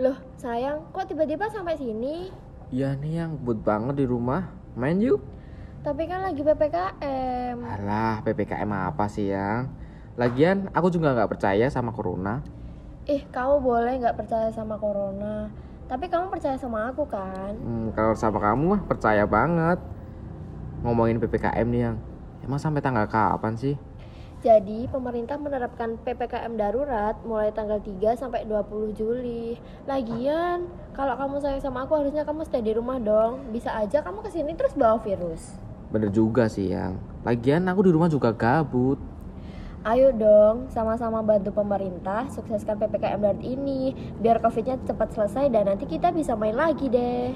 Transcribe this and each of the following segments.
Loh, sayang, kok tiba-tiba sampai sini? Iya nih yang but banget di rumah. Main yuk. Tapi kan lagi PPKM. Alah, PPKM apa sih yang? Lagian aku juga nggak percaya sama corona. Ih, kamu boleh nggak percaya sama corona. Tapi kamu percaya sama aku kan? Hmm, kalau sama kamu mah percaya banget. Ngomongin PPKM nih yang. Emang sampai tanggal kapan sih? Jadi, pemerintah menerapkan PPKM darurat mulai tanggal 3 sampai 20 Juli. Lagian, kalau kamu sayang sama aku harusnya kamu stay di rumah dong. Bisa aja kamu kesini terus bawa virus. Bener juga sih yang. Lagian aku di rumah juga gabut. Ayo dong, sama-sama bantu pemerintah sukseskan PPKM darurat ini biar COVID-nya cepat selesai dan nanti kita bisa main lagi deh.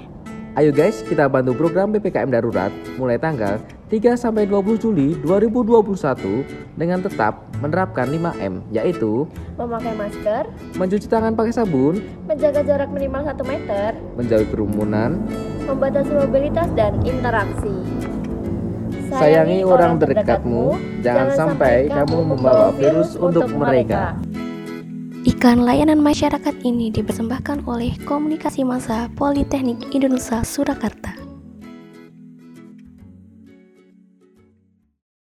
Ayo guys, kita bantu program PPKM darurat mulai tanggal 3 sampai 20 Juli 2021 dengan tetap menerapkan 5M yaitu Memakai masker, mencuci tangan pakai sabun, menjaga jarak minimal 1 meter, menjauhi kerumunan, membatasi mobilitas dan interaksi. Sayangi orang terdekatmu, jangan sampai kamu membawa virus untuk mereka. Iklan layanan masyarakat ini dipersembahkan oleh Komunikasi Massa Politeknik Indonesia Surakarta.